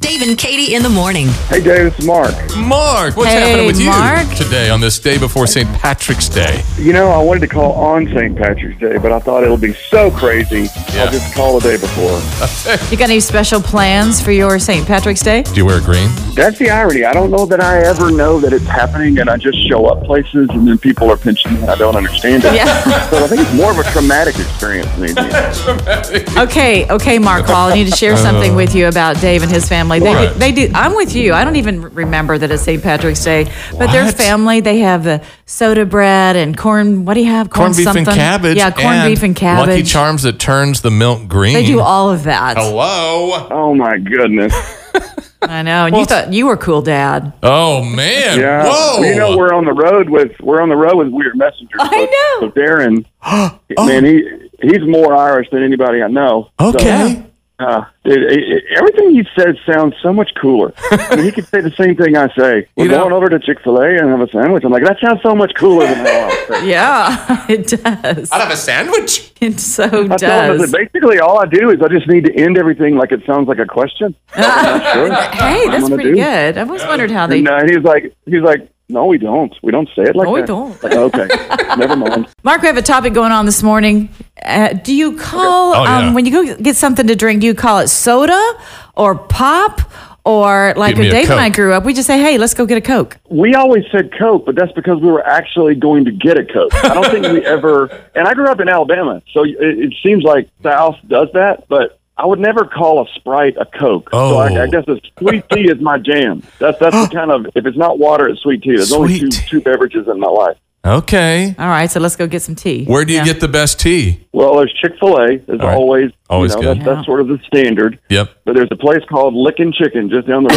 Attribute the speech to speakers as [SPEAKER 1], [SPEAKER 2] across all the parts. [SPEAKER 1] Dave and Katie in the morning.
[SPEAKER 2] Hey, Dave, it's Mark.
[SPEAKER 3] Mark, what's
[SPEAKER 4] Hey,
[SPEAKER 3] happening with
[SPEAKER 4] Mark.
[SPEAKER 3] you today on this day before St. Patrick's Day?
[SPEAKER 2] You know, I wanted to call on St. Patrick's Day, but I thought it'll be so crazy.
[SPEAKER 3] Yeah.
[SPEAKER 2] I'll just call the day before.
[SPEAKER 4] You got any special plans for your St. Patrick's Day?
[SPEAKER 3] Do you wear green?
[SPEAKER 2] That's the irony. I don't know that I ever know that it's happening, and I just show up places, and then people are pinching me. and I don't understand it.
[SPEAKER 4] Yeah.
[SPEAKER 2] But I think it's more of a traumatic experience, maybe.
[SPEAKER 4] Okay, okay, Mark Paul. I need to share something with you about Dave and his family. They,
[SPEAKER 3] Uh, What?
[SPEAKER 4] they do. I'm with you. I don't even remember that it's St. Patrick's Day, but their
[SPEAKER 3] What?
[SPEAKER 4] family they have the soda bread and corn. What do you have?
[SPEAKER 3] Corned beef and
[SPEAKER 4] something.
[SPEAKER 3] cabbage.
[SPEAKER 4] Yeah, corned beef and cabbage.
[SPEAKER 3] Lucky Charms that turns the milk green.
[SPEAKER 4] They do all of that.
[SPEAKER 3] Hello.
[SPEAKER 2] Oh, my goodness.
[SPEAKER 4] I know. And you thought you were cool, Dad.
[SPEAKER 3] Oh man.
[SPEAKER 2] Yeah.
[SPEAKER 3] Whoa.
[SPEAKER 2] You know, we're on the road with we're on the road with Weird Messengers.
[SPEAKER 4] I
[SPEAKER 2] So-
[SPEAKER 4] know.
[SPEAKER 2] So Darren,
[SPEAKER 3] Oh.
[SPEAKER 2] man, he he's more Irish than anybody I know. So,
[SPEAKER 3] okay.
[SPEAKER 2] uh, it, it, it- everything he says sounds so much cooler. I mean, he could say the same thing I say. We're
[SPEAKER 3] know-
[SPEAKER 2] going over to Chick Fil A and have a sandwich. I'm like, that sounds so much cooler than how I say. it."
[SPEAKER 4] Yeah, it does.
[SPEAKER 3] I'd have a sandwich.
[SPEAKER 4] It so
[SPEAKER 2] I tell him, I
[SPEAKER 4] does.
[SPEAKER 2] said, basically, all I do is I just need to end everything like it sounds like a question. I'm not sure.
[SPEAKER 4] Hey,
[SPEAKER 2] I'm
[SPEAKER 4] that's
[SPEAKER 2] gonna
[SPEAKER 4] pretty
[SPEAKER 2] do.
[SPEAKER 4] good. I've always wondered how they.
[SPEAKER 2] And, uh, and he's like, he's like, no, we don't. We don't say it like
[SPEAKER 4] No, we
[SPEAKER 2] that.
[SPEAKER 4] don't.
[SPEAKER 2] Like, okay, never mind.
[SPEAKER 4] Mark, we have a topic going on this morning. Uh, do you call
[SPEAKER 3] Oh, yeah.
[SPEAKER 4] um, when you go get something to drink? Do you call it soda or pop or like
[SPEAKER 3] Give me
[SPEAKER 4] when
[SPEAKER 3] a
[SPEAKER 4] Dave and I
[SPEAKER 3] Coke.
[SPEAKER 4] grew up? We just say, "Hey, let's go get a Coke."
[SPEAKER 2] we always said Coke, but that's because we were actually going to get a Coke. I don't think we ever. And I grew up in Alabama, so it, it seems like South does that, but I would never call a Sprite a Coke. So
[SPEAKER 3] Oh.
[SPEAKER 2] I, I guess a sweet tea is my jam. That's that's the kind of if it's not water, it's sweet tea. There's only two
[SPEAKER 3] Sweet tea.
[SPEAKER 2] two beverages in my life.
[SPEAKER 3] Okay.
[SPEAKER 4] All right, so let's go get some tea.
[SPEAKER 3] Where do you
[SPEAKER 4] Yeah.
[SPEAKER 3] get the best tea?
[SPEAKER 2] Well, there's Chick Fil A, as
[SPEAKER 3] right.
[SPEAKER 2] always.
[SPEAKER 3] Always
[SPEAKER 2] you know,
[SPEAKER 3] good.
[SPEAKER 2] That's, that's sort of the standard.
[SPEAKER 3] Yep.
[SPEAKER 2] But there's a place called Lickin' Chicken just down the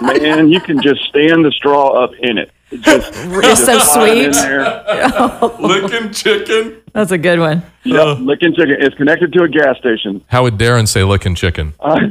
[SPEAKER 2] road. Man, you can just stand the straw up in it. It Just,
[SPEAKER 4] It's so
[SPEAKER 2] slide it In
[SPEAKER 4] sweet.
[SPEAKER 2] there.
[SPEAKER 3] Licking chicken.
[SPEAKER 4] That's a good one.
[SPEAKER 2] Yep, Lickin' Chicken. It's connected to a gas station.
[SPEAKER 3] How would Darren say licking chicken?
[SPEAKER 2] Uh,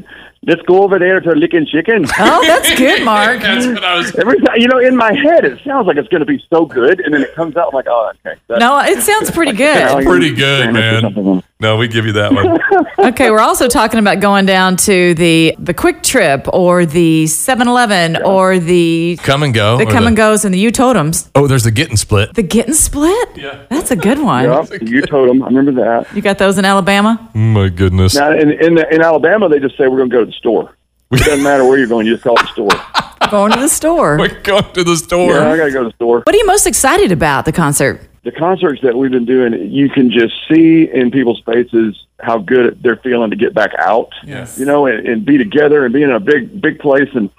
[SPEAKER 2] let's go over there to Lickin' Chicken.
[SPEAKER 4] Oh, that's good, Mark.
[SPEAKER 3] what I was.
[SPEAKER 2] Every time, you know, in my head, it sounds like it's going to be so good, and then it comes out I'm like, oh, okay. That's
[SPEAKER 4] No, it sounds pretty
[SPEAKER 2] I'll
[SPEAKER 4] good.
[SPEAKER 2] use
[SPEAKER 3] Pretty good,
[SPEAKER 2] Spanish or
[SPEAKER 3] man.
[SPEAKER 2] something.
[SPEAKER 3] No, we give you that one.
[SPEAKER 4] Okay, we're also talking about going down to the the Quick Trip or the 7-Eleven or the
[SPEAKER 3] Come and go.
[SPEAKER 4] the
[SPEAKER 3] or
[SPEAKER 4] come and goes and the U Totems.
[SPEAKER 3] Oh, there's the getting split.
[SPEAKER 4] The getting split.
[SPEAKER 3] Yeah.
[SPEAKER 4] that's a good one.
[SPEAKER 2] Yep, you totem. I remember that.
[SPEAKER 4] You got those in Alabama?
[SPEAKER 3] Oh, my goodness.
[SPEAKER 2] Now, in in, the, in Alabama, they just say we're going to go to the store. It doesn't matter where you're going; you just call it the store.
[SPEAKER 4] Going to the store.
[SPEAKER 3] We're going to the store.
[SPEAKER 2] Yeah, I got to go to the store.
[SPEAKER 4] What are you most excited about the concert?
[SPEAKER 2] the concerts that we've been doing, you can just see in people's faces how good they're feeling to get back out,
[SPEAKER 3] Yes.
[SPEAKER 2] you know, and, and be together and be in a big, big place. And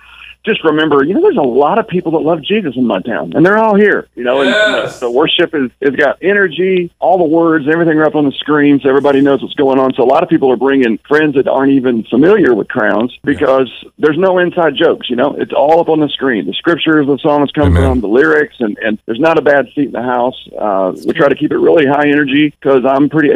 [SPEAKER 2] just remember, you know, there's a lot of people that love Jesus in my town, and they're all here, you know, and uh, the worship is, has got energy, all the words, everything are up on the screen, so everybody knows what's going on. So a lot of people are bringing friends that aren't even familiar with Crowns because there's no inside jokes, you know, it's all up on the screen. The scriptures, the songs come
[SPEAKER 3] Amen.
[SPEAKER 2] from, the lyrics, and, and there's not a bad seat in the house. Uh, we try to keep it really high energy because I'm pretty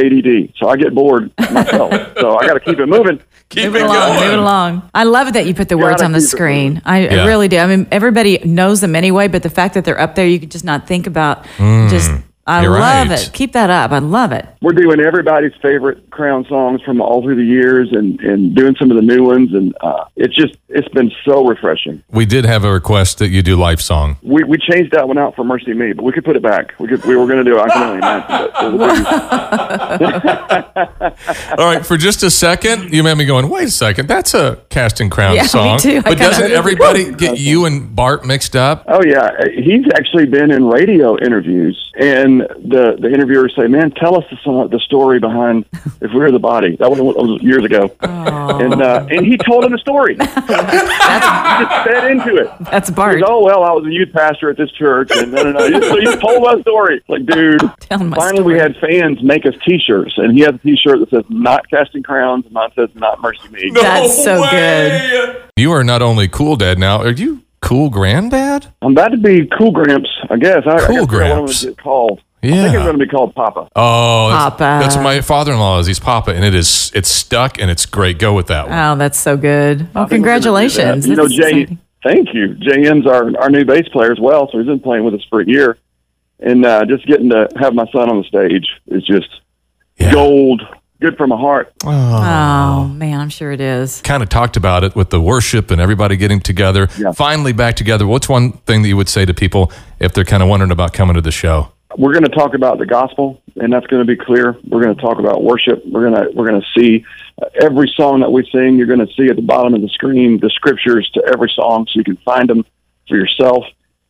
[SPEAKER 2] ADD, so I get bored myself. so I got to keep it moving.
[SPEAKER 3] Keep
[SPEAKER 4] Move it along, move it along. I love that you put the
[SPEAKER 2] Gotta
[SPEAKER 4] words on the
[SPEAKER 2] keep it
[SPEAKER 4] screen.
[SPEAKER 2] moving.
[SPEAKER 4] I, I
[SPEAKER 3] Yeah.
[SPEAKER 4] really do. I mean, everybody knows them anyway, but the fact that they're up there, you could just not think about. just, I
[SPEAKER 3] Mm. you're
[SPEAKER 4] love
[SPEAKER 3] right.
[SPEAKER 4] it. Keep that up. I love it.
[SPEAKER 2] We're doing everybody's favorite Crown songs from all through the years, and and doing some of the new ones, and uh, it's just it's been so refreshing.
[SPEAKER 3] We did have a request that you do life song.
[SPEAKER 2] We we changed that one out for Mercy Me, but we could put it back. We could we were going to do it. I can only imagine. But it would be-
[SPEAKER 3] All right, for just a second, you made me going, wait a second, that's a Cast and Crown
[SPEAKER 4] Yeah, me
[SPEAKER 3] song.
[SPEAKER 4] too. I
[SPEAKER 3] But
[SPEAKER 4] kinda-
[SPEAKER 3] doesn't everybody get you and Bart mixed up?
[SPEAKER 2] Oh yeah, he's actually been in radio interviews, and the the interviewers say, "Man, tell us the song, the story behind if we were the body." That was, that was years ago, and uh, and he told him the story. he just fed into it.
[SPEAKER 4] That's
[SPEAKER 2] He
[SPEAKER 4] Bart.
[SPEAKER 2] goes, oh well, I was a youth pastor at this church, and no, no, no. So you told my story, like dude.
[SPEAKER 4] Telling my
[SPEAKER 2] Finally,
[SPEAKER 4] story.
[SPEAKER 2] we had fans make us T-shirts, and he has a T-shirt that says "Not Casting Crowns" and mine says "Not Mercy Me."
[SPEAKER 4] That's so good.
[SPEAKER 3] You are not only cool dad now, are you cool granddad?
[SPEAKER 2] I'm about to be Cool Gramps, I guess. I, I guess
[SPEAKER 3] Cool
[SPEAKER 2] what I'm going
[SPEAKER 3] Gramps.
[SPEAKER 2] to get called. I think
[SPEAKER 3] Yeah.
[SPEAKER 2] I'm going to be called Papa.
[SPEAKER 3] Oh, that's,
[SPEAKER 4] Papa.
[SPEAKER 3] that's what my father-in-law is. He's Papa, and it is it's stuck, and it's great. Go with that one.
[SPEAKER 4] Oh, that's so good. Well, congratulations.
[SPEAKER 2] You know,
[SPEAKER 4] That's
[SPEAKER 2] Jay,
[SPEAKER 4] exciting.
[SPEAKER 2] thank you. JM's our, our new bass player as well, so he's been playing with us for a year. And uh, just getting to have my son on the stage is just
[SPEAKER 3] Yeah.
[SPEAKER 2] gold, good for my heart.
[SPEAKER 4] Oh, man, I'm sure it is.
[SPEAKER 3] Kind of talked about it with the worship and everybody getting together.
[SPEAKER 2] Yeah.
[SPEAKER 3] Finally back together. What's one thing that you would say to people if they're kind of wondering about coming to the show?
[SPEAKER 2] We're going to talk about the gospel, and that's going to be clear. We're going to talk about worship. We're going to we're going to see uh, every song that we sing. You're going to see at the bottom of the screen the scriptures to every song, so you can find them for yourself.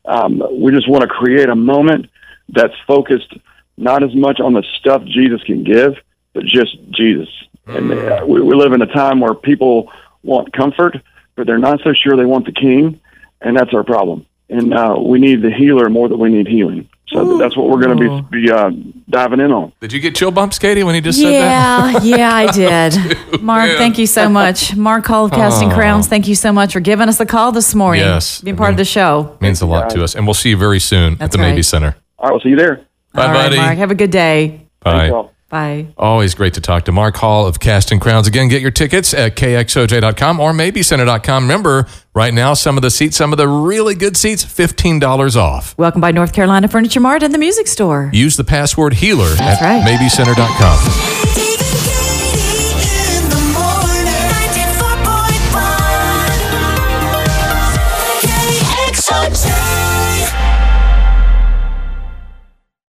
[SPEAKER 2] Um, we just want to create a moment that's focused not as much on the stuff Jesus can give, but just Jesus. And uh, we, we live in a time where people want comfort, but they're not so sure they want the King, and that's our problem. And uh, we need the healer more than we need healing. So that's what we're going to be, be uh, diving in on.
[SPEAKER 3] Did you get chill bumps, Katie, when he just said that?
[SPEAKER 4] Yeah, yeah, I did. Mark, thank you so much. Mark Hall of Casting Crowns, thank you so much for giving us a call this morning.
[SPEAKER 3] Oh. Yes.
[SPEAKER 4] Being part of the show.
[SPEAKER 3] Means a lot to us. And we'll see you very soon at
[SPEAKER 4] That's
[SPEAKER 3] the Maybe
[SPEAKER 4] right.
[SPEAKER 3] Center.
[SPEAKER 2] All right, we'll see you there.
[SPEAKER 3] Bye,
[SPEAKER 4] All right,
[SPEAKER 3] buddy.
[SPEAKER 4] Mark. Have a good day.
[SPEAKER 3] Bye.
[SPEAKER 2] Well,
[SPEAKER 4] Bye.
[SPEAKER 3] Always great to talk to Mark Hall of Cast and Crowns. Again, get your tickets at kxoj.com or maybecenter.com. Remember, right now, some of the seats, some of the really good seats, $15 off.
[SPEAKER 4] Welcome by North Carolina Furniture Mart and the Music Store.
[SPEAKER 3] Use the password healer at
[SPEAKER 4] right.
[SPEAKER 3] maybecenter.com.